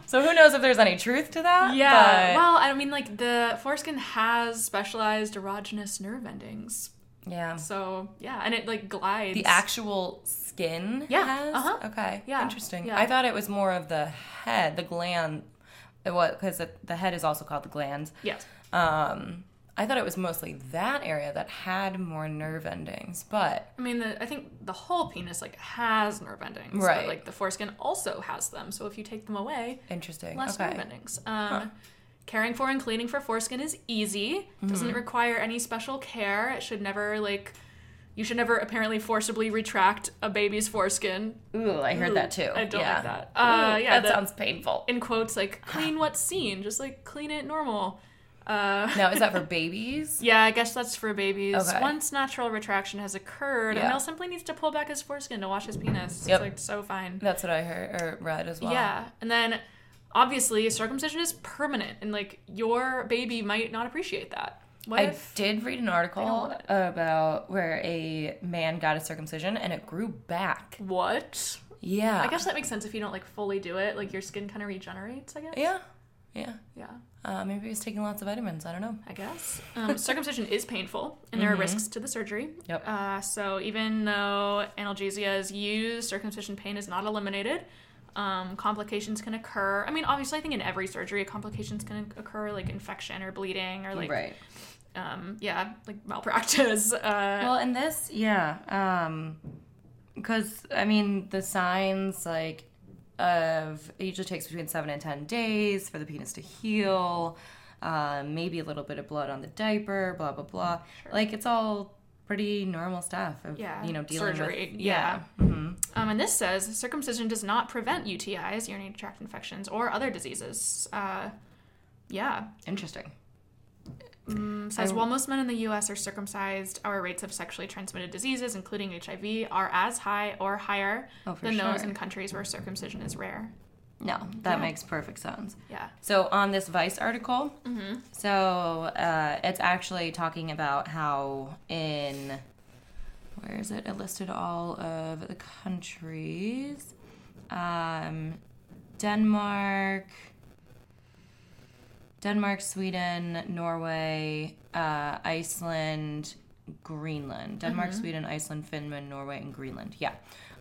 Speaker 1: so who knows if there's any truth to that?
Speaker 2: yeah.
Speaker 1: but-
Speaker 2: Well, I mean, like the foreskin has specialized erogenous nerve endings.
Speaker 1: yeah.
Speaker 2: So yeah, and it like glides.
Speaker 1: The actual skin
Speaker 2: Yeah,
Speaker 1: has?
Speaker 2: uh-huh.
Speaker 1: Okay.
Speaker 2: Yeah,
Speaker 1: Interesting.
Speaker 2: yeah.
Speaker 1: I thought it was more of the head, the gland. uh, What? Because the, the head is also called the gland.
Speaker 2: Yes.
Speaker 1: Um, I thought it was mostly that area that had more nerve endings, but
Speaker 2: I mean, the, I think the whole penis like has nerve endings,
Speaker 1: Right.
Speaker 2: But, like the foreskin also has them. So if you take them away,
Speaker 1: interesting.
Speaker 2: less
Speaker 1: okay.
Speaker 2: nerve endings. Um, Caring for and cleaning for foreskin is easy.
Speaker 1: Mm-hmm.
Speaker 2: Doesn't require any special care. It should never like, you should never apparently forcibly retract a baby's foreskin.
Speaker 1: Ooh, I heard
Speaker 2: Ooh,
Speaker 1: that too.
Speaker 2: I don't
Speaker 1: yeah.
Speaker 2: like that. Uh,
Speaker 1: Ooh,
Speaker 2: yeah,
Speaker 1: that
Speaker 2: the-
Speaker 1: sounds painful.
Speaker 2: In quotes, like clean what's seen, just like clean it normal. Uh,
Speaker 1: Now, is that for babies?
Speaker 2: Yeah, I guess that's for babies.
Speaker 1: Okay.
Speaker 2: Once natural retraction has occurred, a
Speaker 1: Yeah.
Speaker 2: male simply needs to pull back his foreskin to wash his penis.
Speaker 1: Yep.
Speaker 2: It's like so fine.
Speaker 1: That's what I heard or read as well.
Speaker 2: Yeah. And then obviously circumcision is permanent and like your baby might not appreciate that. What
Speaker 1: I
Speaker 2: if
Speaker 1: did read an article
Speaker 2: want it.
Speaker 1: about where a man got a circumcision and it grew back.
Speaker 2: what?
Speaker 1: Yeah.
Speaker 2: I guess that makes sense if you don't like fully do it. Like your skin kind of regenerates, I guess.
Speaker 1: Yeah. Yeah.
Speaker 2: Yeah.
Speaker 1: Uh, maybe he was taking lots of vitamins. I don't know.
Speaker 2: I guess. Um, circumcision is painful, and there are risks to the surgery.
Speaker 1: Mm-hmm. Yep.
Speaker 2: Uh, so even though analgesia is used, circumcision pain is not eliminated. Um, complications can occur. I mean, obviously, I think in every surgery, complications can occur, like infection or bleeding or like,
Speaker 1: right.
Speaker 2: um, yeah, like malpractice. Uh,
Speaker 1: Well, in this, yeah, because I mean the signs like of it usually takes between seven and ten days for the penis to heal. Uh, maybe a little bit of blood on the diaper. Blah blah blah. Like it's all pretty normal stuff. Of,
Speaker 2: Yeah,
Speaker 1: You know, dealing
Speaker 2: surgery,
Speaker 1: With,
Speaker 2: yeah.
Speaker 1: hmm
Speaker 2: um, and this says circumcision does not prevent UTIs, urinary tract infections, or other diseases. Uh, yeah,
Speaker 1: Interesting.
Speaker 2: Mm, says
Speaker 1: I-
Speaker 2: while most men in the U.S. are circumcised, our rates of sexually transmitted diseases, including HIV, are as high or higher
Speaker 1: Oh, for
Speaker 2: than those
Speaker 1: sure.
Speaker 2: in countries where circumcision is rare.
Speaker 1: No, that
Speaker 2: Yeah.
Speaker 1: makes perfect sense.
Speaker 2: Yeah.
Speaker 1: So on this Vice article, so uh, it's actually talking about how in where is it? It listed all of the countries, um, Denmark, Denmark, Sweden, Norway, uh, Iceland, Greenland. Denmark,
Speaker 2: Mm-hmm.
Speaker 1: Sweden, Iceland, Finland, Norway, and Greenland. Yeah,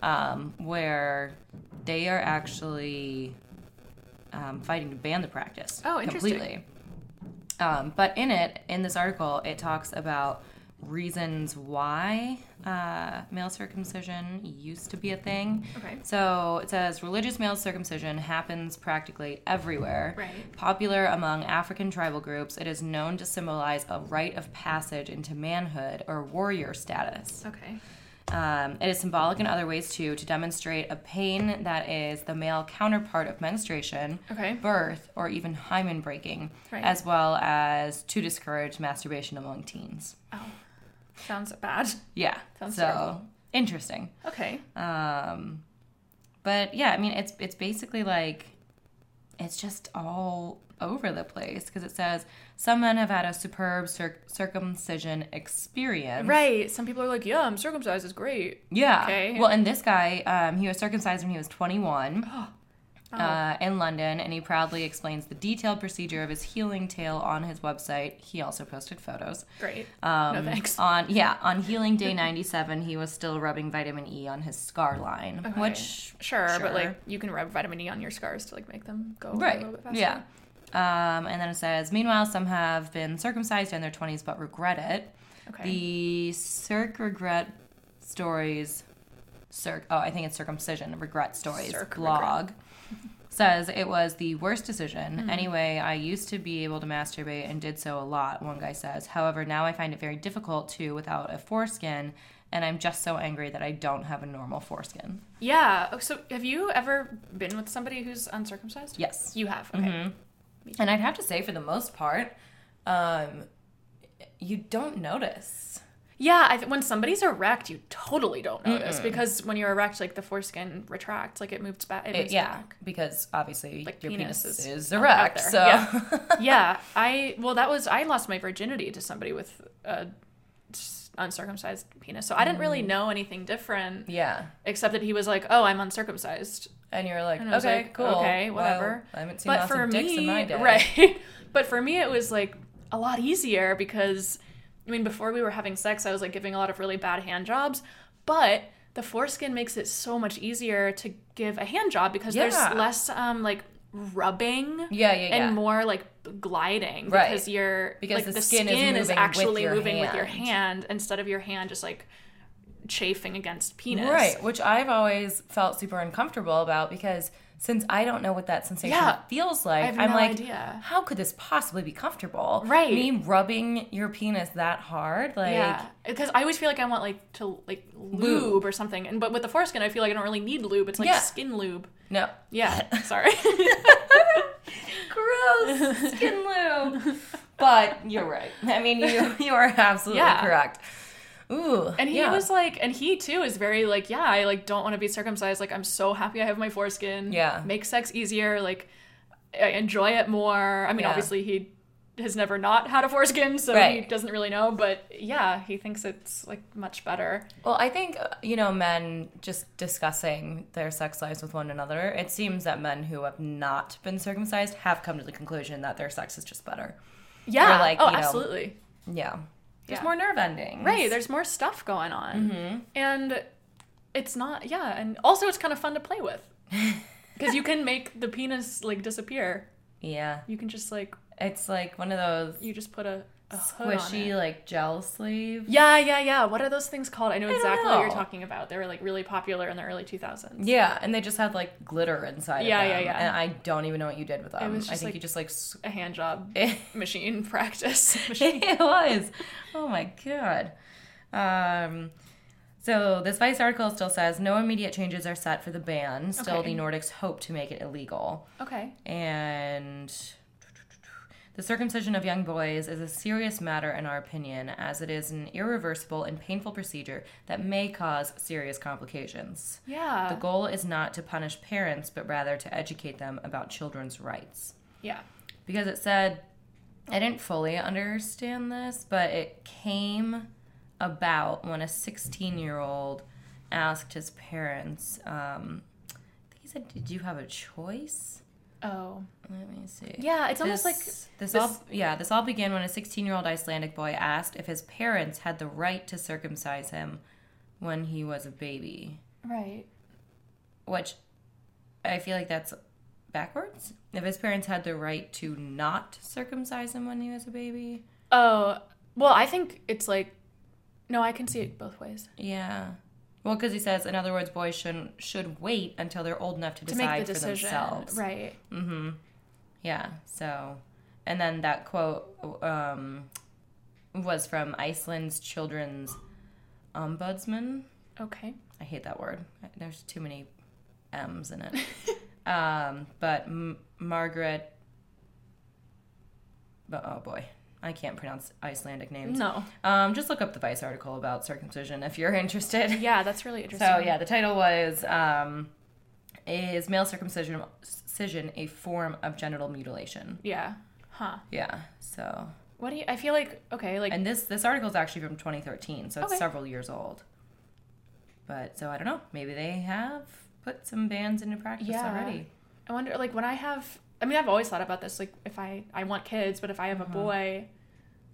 Speaker 1: um, where they are actually um, fighting to ban the practice.
Speaker 2: Oh, interesting.
Speaker 1: Completely. Um, but in it, in this article, it talks about reasons why uh, male circumcision used to be a thing.
Speaker 2: Okay.
Speaker 1: So it says religious male circumcision happens practically everywhere.
Speaker 2: Right.
Speaker 1: Popular among African tribal groups, it is known to symbolize a rite of passage into manhood or warrior status.
Speaker 2: Okay.
Speaker 1: Um, it is symbolic in other ways too, to demonstrate a pain that is the male counterpart of menstruation,
Speaker 2: Okay.
Speaker 1: birth, or even hymen breaking,
Speaker 2: Right.
Speaker 1: as well as to discourage masturbation among teens.
Speaker 2: Oh, sounds bad.
Speaker 1: Yeah,
Speaker 2: Sounds
Speaker 1: so
Speaker 2: terrible.
Speaker 1: interesting.
Speaker 2: Okay.
Speaker 1: Um, but yeah, I mean, it's it's basically like it's just all over the place because it says some men have had a superb cir- circumcision experience.
Speaker 2: Right. Some people are like, yeah, I'm circumcised. It's great.
Speaker 1: Yeah.
Speaker 2: Okay.
Speaker 1: Well, and this guy, um, he was circumcised when he was 21
Speaker 2: Oh.
Speaker 1: uh, in London, and he proudly explains the detailed procedure of his healing tale on his website. He also posted photos.
Speaker 2: Great.
Speaker 1: Um,
Speaker 2: No thanks.
Speaker 1: On yeah, on healing day 97, he was still rubbing vitamin E on his scar line,
Speaker 2: Okay.
Speaker 1: which
Speaker 2: Sure,
Speaker 1: sure.
Speaker 2: but like you can rub vitamin E on your scars to like make them go a
Speaker 1: Right.
Speaker 2: little bit faster.
Speaker 1: Yeah. Um, and then it says, meanwhile, some have been circumcised in their 20s but regret it.
Speaker 2: Okay.
Speaker 1: The circ regret stories, circ, oh, I think it's circumcision, regret stories
Speaker 2: Circ
Speaker 1: blog says it was the worst decision.
Speaker 2: Hmm.
Speaker 1: Anyway, I used to be able to masturbate and did so a lot, one guy says. However, now I find it very difficult to without a foreskin, and I'm just so angry that I don't have a normal foreskin.
Speaker 2: yeah. Oh, so have you ever been with somebody who's uncircumcised?
Speaker 1: Yes. Mm-hmm.
Speaker 2: You have. Okay.
Speaker 1: And I'd have to say, for the most part, um, you don't notice.
Speaker 2: Yeah, I th- when somebody's erect, you totally don't notice because when you're erect, like the foreskin retracts, like it moves back. It
Speaker 1: It-
Speaker 2: moves
Speaker 1: yeah,
Speaker 2: back.
Speaker 1: because obviously
Speaker 2: Like
Speaker 1: your
Speaker 2: penis
Speaker 1: penis,
Speaker 2: is
Speaker 1: is,
Speaker 2: out
Speaker 1: erect.
Speaker 2: there.
Speaker 1: So
Speaker 2: yeah, I well, that was I lost my virginity to somebody with a s- uncircumcised penis, so I didn't really know anything different
Speaker 1: yeah.
Speaker 2: except that he was like, "Oh, I'm uncircumcised."
Speaker 1: And you're like,
Speaker 2: And I was
Speaker 1: okay,
Speaker 2: like,
Speaker 1: cool,
Speaker 2: okay,
Speaker 1: Well,
Speaker 2: whatever.
Speaker 1: I haven't seen
Speaker 2: But
Speaker 1: lots
Speaker 2: for
Speaker 1: of
Speaker 2: me,
Speaker 1: dicks in my day,
Speaker 2: right? But for me, it was like a lot easier because I mean, before we were having sex, I was like giving a lot of really bad hand jobs, but the foreskin makes it so much easier to give a hand job because
Speaker 1: Yeah.
Speaker 2: there's less um like rubbing
Speaker 1: Yeah, yeah, yeah.
Speaker 2: and more like gliding
Speaker 1: Right.
Speaker 2: because you're
Speaker 1: Because
Speaker 2: like,
Speaker 1: the skin is moving with
Speaker 2: actually
Speaker 1: your
Speaker 2: moving with your
Speaker 1: hand.
Speaker 2: hand instead of your hand just like chafing against penis.
Speaker 1: Right, which I've always felt super uncomfortable about because since I don't know what that sensation
Speaker 2: Yeah.
Speaker 1: feels like,
Speaker 2: I have
Speaker 1: am
Speaker 2: no
Speaker 1: like,
Speaker 2: idea.
Speaker 1: how could this possibly be comfortable?
Speaker 2: Right.
Speaker 1: Me rubbing your penis that hard? Like,
Speaker 2: yeah, because I always feel like I want like to like lube,
Speaker 1: Lube.
Speaker 2: or something, and but with the foreskin, I feel like I don't really need lube. It's like
Speaker 1: Yeah.
Speaker 2: skin lube.
Speaker 1: no.
Speaker 2: Yeah, sorry.
Speaker 1: Gross skin lube. but you're right. I mean, you you are absolutely
Speaker 2: Yeah.
Speaker 1: correct. Ooh.
Speaker 2: and he
Speaker 1: yeah.
Speaker 2: was like, and he too is very like, yeah, I like don't want to be circumcised. Like I'm so happy I have my foreskin.
Speaker 1: Yeah.
Speaker 2: make sex easier. Like I enjoy it more. I mean,
Speaker 1: Yeah.
Speaker 2: obviously he has never not had a foreskin, so he
Speaker 1: Right.
Speaker 2: doesn't really know. But yeah, he thinks it's like much better.
Speaker 1: Well, I think, uh, you know, men just discussing their sex lives with one another, it seems that men who have not been circumcised have come to the conclusion that their sex is just better.
Speaker 2: Yeah.
Speaker 1: like,
Speaker 2: oh,
Speaker 1: you know,
Speaker 2: absolutely.
Speaker 1: Yeah. There's
Speaker 2: Yeah.
Speaker 1: more nerve endings.
Speaker 2: Right, there's more stuff going on.
Speaker 1: Mm-hmm.
Speaker 2: And it's not, yeah, and also it's kind of fun to play with. Because you can make the penis like disappear.
Speaker 1: Yeah.
Speaker 2: You can just like,
Speaker 1: It's like one of those
Speaker 2: you just put a, a hood on
Speaker 1: squishy,
Speaker 2: it.
Speaker 1: like gel sleeve.
Speaker 2: Yeah, yeah, yeah. What are those things called? I know
Speaker 1: don't
Speaker 2: exactly what you're
Speaker 1: know.
Speaker 2: talking about. They were like really popular in the early 2000s.
Speaker 1: Yeah, and they just had like glitter inside
Speaker 2: Yeah,
Speaker 1: of them.
Speaker 2: yeah, yeah.
Speaker 1: And I don't even know what you did with them.
Speaker 2: was
Speaker 1: I
Speaker 2: just
Speaker 1: think
Speaker 2: like-
Speaker 1: you just like. s-
Speaker 2: A hand job
Speaker 1: Eh.
Speaker 2: machine practice machine.
Speaker 1: it was. Oh my god. Um, so this Vice article still says no immediate changes are set for the ban. Still,
Speaker 2: Okay.
Speaker 1: the Nordics hope to make it illegal.
Speaker 2: Okay.
Speaker 1: And the circumcision of young boys is a serious matter in our opinion, as it is an irreversible and painful procedure that may cause serious complications. The
Speaker 2: Yeah.
Speaker 1: goal is not to punish parents, but rather to educate them about children's rights
Speaker 2: Yeah.
Speaker 1: because it said I didn't fully understand this, but it came about when a 16 year old asked his parents. Um, I think he said, "Did you have a choice?"
Speaker 2: Oh.
Speaker 1: Let me see.
Speaker 2: Yeah, it's almost like
Speaker 1: This- this, all yeah this all began when a 16 year old Icelandic boy asked if his parents had the right to circumcise him when he was a baby,
Speaker 2: right.
Speaker 1: which I feel like that's backwards. If his parents had the right to not circumcise him when he was a baby,
Speaker 2: Oh, well, I think it's like no, I can see it both ways.
Speaker 1: Yeah. Well, because he says, in other words, boys should should wait until they're old enough to
Speaker 2: to make
Speaker 1: decide for
Speaker 2: the decision.
Speaker 1: themselves. Mm-hmm.
Speaker 2: Right.
Speaker 1: Yeah. So, and then that quote um, was from Iceland's children's ombudsman.
Speaker 2: Okay.
Speaker 1: I hate that word. There's too many M's in it. um, but M- Margaret. But oh boy, I can't pronounce Icelandic names.
Speaker 2: No.
Speaker 1: Um, just look up the Vice article about circumcision if you're interested.
Speaker 2: Yeah, that's really interesting.
Speaker 1: So yeah, the title was um, "Is male circumcision Cision a form of genital mutilation?"
Speaker 2: Yeah. Huh.
Speaker 1: Yeah. So,
Speaker 2: What do you? I feel like okay, like
Speaker 1: and this this article is actually from 2013, so it's
Speaker 2: Okay.
Speaker 1: several years old. But so I don't know. Maybe they have put some bans into practice
Speaker 2: Yeah.
Speaker 1: already.
Speaker 2: I wonder, like when I have. I mean, I've always thought about this. Like, if I I want kids, but if I have
Speaker 1: Uh-huh.
Speaker 2: a boy,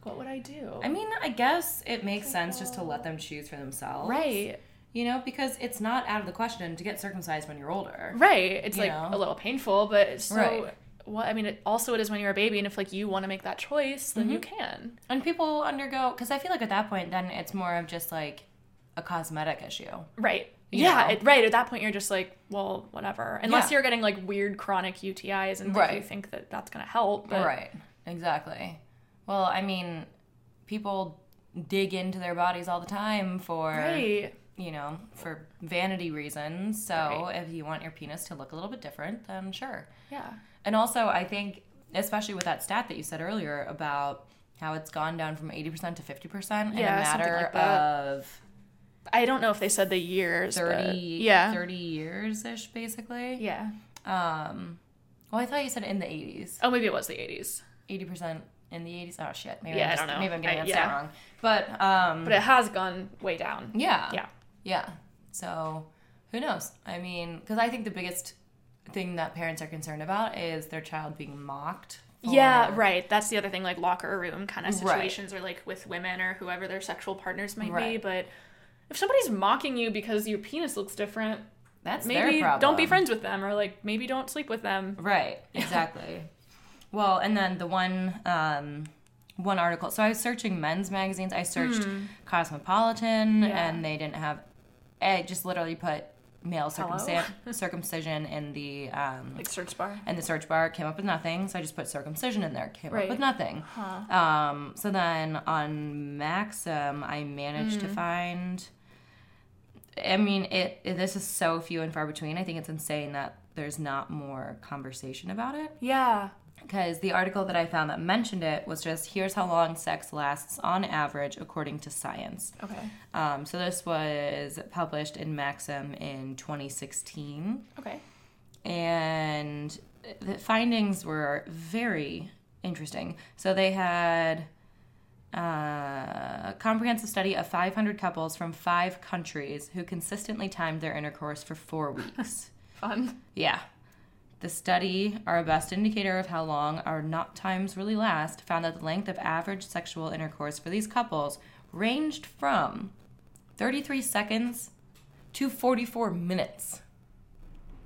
Speaker 2: what would I do?
Speaker 1: I mean, I guess it makes sense just to let them choose for themselves,
Speaker 2: right.
Speaker 1: You know, because it's not out of the question to get circumcised when you're older.
Speaker 2: Right. It's
Speaker 1: You
Speaker 2: like
Speaker 1: know?
Speaker 2: a little painful, but it's so.
Speaker 1: Right.
Speaker 2: Well, I mean, it, also it is when you're a baby, and if like you want to make that choice, then you
Speaker 1: Mm-hmm.
Speaker 2: can.
Speaker 1: And people undergo because I feel like at that point, then it's more of just like a cosmetic issue.
Speaker 2: Right.
Speaker 1: You
Speaker 2: yeah.
Speaker 1: know?
Speaker 2: It, right. At that point, you're just like, well, whatever. Unless
Speaker 1: Yeah.
Speaker 2: you're getting like weird chronic UTIs and like, you
Speaker 1: Right.
Speaker 2: think that that's gonna help. But
Speaker 1: Right. Exactly. Well, I mean, people dig into their bodies all the time for
Speaker 2: Right.
Speaker 1: you know for vanity reasons. So
Speaker 2: Right.
Speaker 1: if you want your penis to look a little bit different, then sure.
Speaker 2: Yeah.
Speaker 1: And also, I think especially with that stat that you said earlier about how it's gone down from 80% to 50% in
Speaker 2: Yeah,
Speaker 1: a
Speaker 2: something
Speaker 1: matter
Speaker 2: like that.
Speaker 1: of
Speaker 2: I don't know if they said the years. but-
Speaker 1: 30,
Speaker 2: yeah.
Speaker 1: 30 years ish, basically.
Speaker 2: Yeah.
Speaker 1: Um, well, I thought you said in the 80s.
Speaker 2: Oh, maybe it was the 80s.
Speaker 1: 80% in the 80s. Oh, shit. Maybe
Speaker 2: Yeah, I
Speaker 1: I'm just,
Speaker 2: don't know.
Speaker 1: Maybe I'm getting
Speaker 2: I-
Speaker 1: that
Speaker 2: yeah.
Speaker 1: stat wrong. But, um,
Speaker 2: But it has gone way down.
Speaker 1: yeah.
Speaker 2: Yeah.
Speaker 1: Yeah. So who knows? I mean, because I think the biggest thing that parents are concerned about is their child being mocked. for-
Speaker 2: Yeah, right. That's the other thing, like locker room kind of
Speaker 1: Right.
Speaker 2: situations, or like with women or whoever their sexual partners might be.
Speaker 1: Right.
Speaker 2: But if somebody's mocking you because your penis looks different,
Speaker 1: That's
Speaker 2: maybe
Speaker 1: their problem.
Speaker 2: don't be friends with them, or like maybe don't sleep with them.
Speaker 1: Right. Exactly. well, and then the one um, one article. So I was searching men's magazines. I searched Cosmopolitan,
Speaker 2: Hmm. Yeah.
Speaker 1: and they didn't have. It just literally put male
Speaker 2: Hello?
Speaker 1: circumci- circumcision in the um,
Speaker 2: Like search bar.
Speaker 1: and the search bar came up with nothing. So I just put circumcision in there, came
Speaker 2: Right.
Speaker 1: up with nothing. Um, so then on Maxim, I managed to find. I mean, it, it- This is so few and far between. I think it's insane that there's not more conversation about it.
Speaker 2: Yeah.
Speaker 1: Because the article that I found that mentioned it was just here's how long sex lasts on average according to science.
Speaker 2: Okay.
Speaker 1: Um, so this was published in Maxim in 2016
Speaker 2: Okay.
Speaker 1: and the findings were very interesting. So they had uh, a comprehensive study of 500 couples from five countries who consistently timed their intercourse for four weeks.
Speaker 2: Fun.
Speaker 1: yeah. The study, our best indicator of how long our not times really last, found that the length of average sexual intercourse for these couples ranged from 33 seconds to 44 minutes.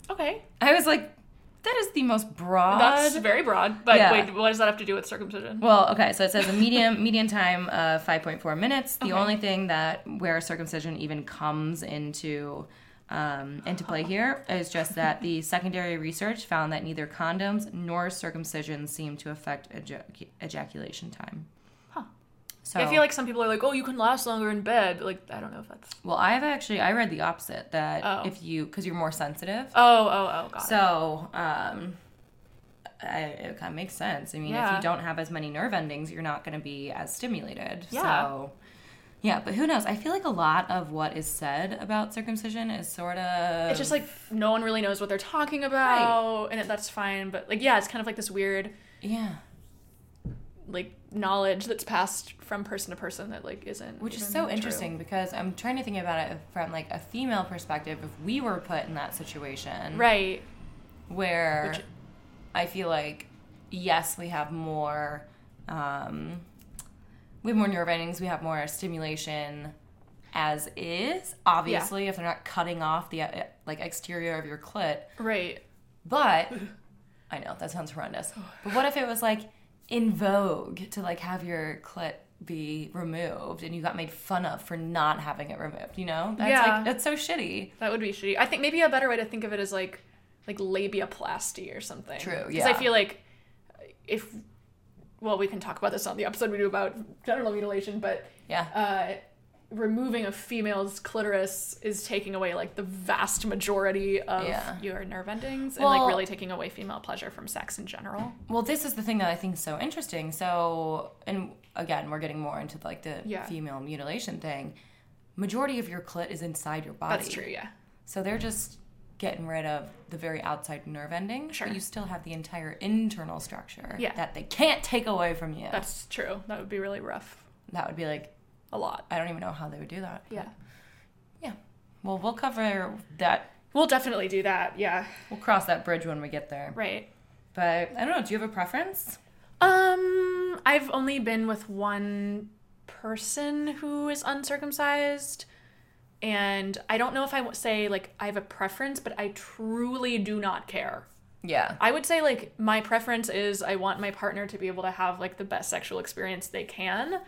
Speaker 2: Okay.
Speaker 1: I was like, that is the most broad.
Speaker 2: That's very broad. But
Speaker 1: Yeah.
Speaker 2: wait, what does that have to do with circumcision?
Speaker 1: well, okay, so it says a medium median time of 5.4 minutes. The
Speaker 2: Okay.
Speaker 1: only thing that where circumcision even comes into um, into play here is just that the secondary research found that neither condoms nor circumcision seem to affect ejac- ejaculation time.
Speaker 2: Huh.
Speaker 1: So
Speaker 2: I feel like some people are like, oh, you can last longer in bed. But like, I don't know if that's.
Speaker 1: well, I've actually I read the opposite that
Speaker 2: Oh.
Speaker 1: if you because you're more sensitive.
Speaker 2: Oh, oh, oh, God.
Speaker 1: So, um, I, it kind of makes sense. I mean, if
Speaker 2: Yeah.
Speaker 1: you don't have as many nerve endings, you're not going to be as stimulated.
Speaker 2: Yeah.
Speaker 1: So, yeah, but who knows? I feel like a lot of what is said about circumcision is sort of.
Speaker 2: it's just like no one really knows what they're talking about, and that's fine. But like, yeah, it's kind of like this weird
Speaker 1: Yeah.
Speaker 2: like knowledge that's passed from person to person that like isn't
Speaker 1: Which is
Speaker 2: even
Speaker 1: so
Speaker 2: true.
Speaker 1: interesting because I'm trying to think about it from like a female perspective. If we were put in that situation,
Speaker 2: right
Speaker 1: where
Speaker 2: Which-
Speaker 1: I feel like yes, we have more um, we have more nerve endings, we have more stimulation as is. Obviously, if they're not cutting off the uh, like exterior of your clit,
Speaker 2: right
Speaker 1: but I know that sounds horrendous. But what if it was like in vogue to like have your clit be removed and you got made fun of for not having it removed, you know? That's
Speaker 2: Yeah.
Speaker 1: like that's so shitty.
Speaker 2: that would be shitty i think maybe a better way to think of it is like like labiaplasty or something
Speaker 1: True,
Speaker 2: i
Speaker 1: yeah.
Speaker 2: feel like if well we can talk about this on the episode we do about genital mutilation but
Speaker 1: Yeah.
Speaker 2: uh removing a female's clitoris is taking away like the vast majority of
Speaker 1: Yeah.
Speaker 2: your nerve endings and like
Speaker 1: Well-
Speaker 2: really taking away female pleasure from sex in general
Speaker 1: Well, this is the thing that I think is so interesting. So, and again, we're getting more into like the
Speaker 2: Yeah.
Speaker 1: female mutilation thing. Majority of your clit is inside your body.
Speaker 2: that's true yeah
Speaker 1: So they're just getting rid of the very outside nerve ending.
Speaker 2: Sure.
Speaker 1: But you still have the entire internal structure
Speaker 2: Yeah.
Speaker 1: that they can't take away from you.
Speaker 2: that's true that would be really rough
Speaker 1: that would be like,
Speaker 2: a lot
Speaker 1: I don't even know how they would do that.
Speaker 2: Yeah.
Speaker 1: Well, we'll cover that.
Speaker 2: We'll definitely do that. Yeah.
Speaker 1: We'll cross that bridge when we get there.
Speaker 2: Right.
Speaker 1: But I don't know. Do you have a preference?
Speaker 2: Um, I've only been with one person who is uncircumcised. And I don't know if I would say like I have a preference, but I truly do not care.
Speaker 1: Yeah.
Speaker 2: I would say like my preference is I want my partner to be able to have like the best sexual experience they can.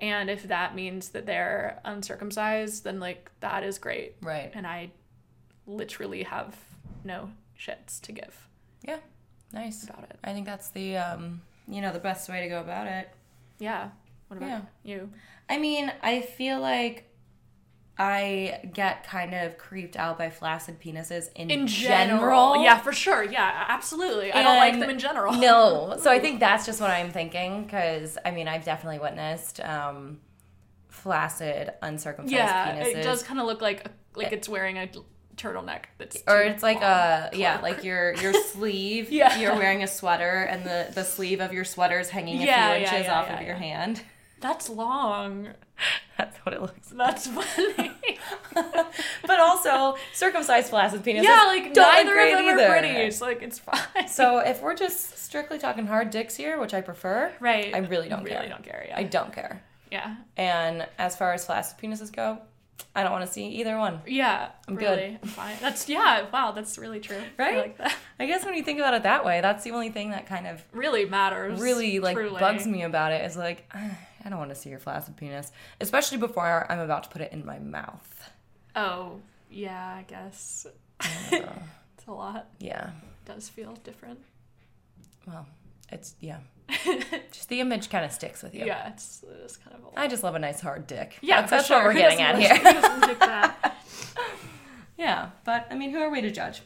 Speaker 2: And if that means that they're uncircumcised, then like that is great.
Speaker 1: Right.
Speaker 2: And I literally have no shits to give
Speaker 1: Yeah. Nice.
Speaker 2: about it.
Speaker 1: I think that's the, um, you know, the best way to go about it.
Speaker 2: Yeah. What about
Speaker 1: Yeah.
Speaker 2: you?
Speaker 1: I mean, I feel like I get kind of creeped out by flaccid penises in,
Speaker 2: in general. Yeah, for sure. Yeah, absolutely. I don't like
Speaker 1: And
Speaker 2: them in general.
Speaker 1: No. So I think that's just what I'm thinking because I mean I've definitely witnessed um, flaccid uncircumcised
Speaker 2: Yeah,
Speaker 1: penises.
Speaker 2: it does kind of look like like it's wearing a turtleneck that's
Speaker 1: or
Speaker 2: too
Speaker 1: it's like
Speaker 2: long.
Speaker 1: a yeah, like your your sleeve.
Speaker 2: Yeah.
Speaker 1: You're wearing a sweater and the the sleeve of your sweater is hanging
Speaker 2: Yeah,
Speaker 1: a
Speaker 2: yeah,
Speaker 1: few inches
Speaker 2: yeah,
Speaker 1: off
Speaker 2: yeah,
Speaker 1: of your
Speaker 2: yeah.
Speaker 1: hand.
Speaker 2: That's long.
Speaker 1: That's what it looks. like.
Speaker 2: That's funny.
Speaker 1: but also circumcised flaccid penises.
Speaker 2: yeah, like
Speaker 1: don't look
Speaker 2: neither
Speaker 1: great
Speaker 2: of them
Speaker 1: either.
Speaker 2: are pretty. It's like it's fine.
Speaker 1: So if we're just strictly talking hard dicks here, which I prefer,
Speaker 2: right.
Speaker 1: I really don't
Speaker 2: really
Speaker 1: care.
Speaker 2: don't care. Yeah.
Speaker 1: I don't care.
Speaker 2: yeah.
Speaker 1: And as far as flaccid penises go, I don't want to see either one.
Speaker 2: Yeah.
Speaker 1: I'm good.
Speaker 2: really. I'm fine. That's yeah. Wow. That's really true.
Speaker 1: Right?
Speaker 2: I like that.
Speaker 1: I guess when you think about it that way, that's the only thing that kind of
Speaker 2: Really matters.
Speaker 1: really like
Speaker 2: truly.
Speaker 1: bugs me about it is like "Ah, I don't want to see your flaccid penis, especially before I'm about to put it in my mouth.
Speaker 2: Oh yeah. I guess
Speaker 1: Uh,
Speaker 2: it's a lot.
Speaker 1: yeah.
Speaker 2: It does feel different.
Speaker 1: Well, it's yeah. Just the image kind of sticks with you.
Speaker 2: Yeah. it's, it's kind of a lot.
Speaker 1: I just love a nice hard dick.
Speaker 2: yeah,
Speaker 1: that's,
Speaker 2: for
Speaker 1: that's
Speaker 2: sure.
Speaker 1: what we're
Speaker 2: Who
Speaker 1: getting at
Speaker 2: doesn't
Speaker 1: here.
Speaker 2: like- who doesn't like that?
Speaker 1: Yeah, but I mean, who are we to judge?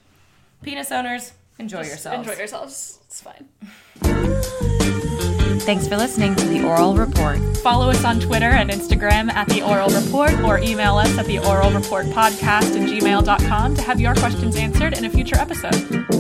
Speaker 1: Penis owners, enjoy
Speaker 2: Just
Speaker 1: yourselves.
Speaker 2: Enjoy yourselves. It's fine.
Speaker 1: Thanks for listening to The Oral Report.
Speaker 3: Follow us on Twitter and Instagram at The Oral Report or email us at The Oral Report Podcast at gmail.com to have your questions answered in a future episode.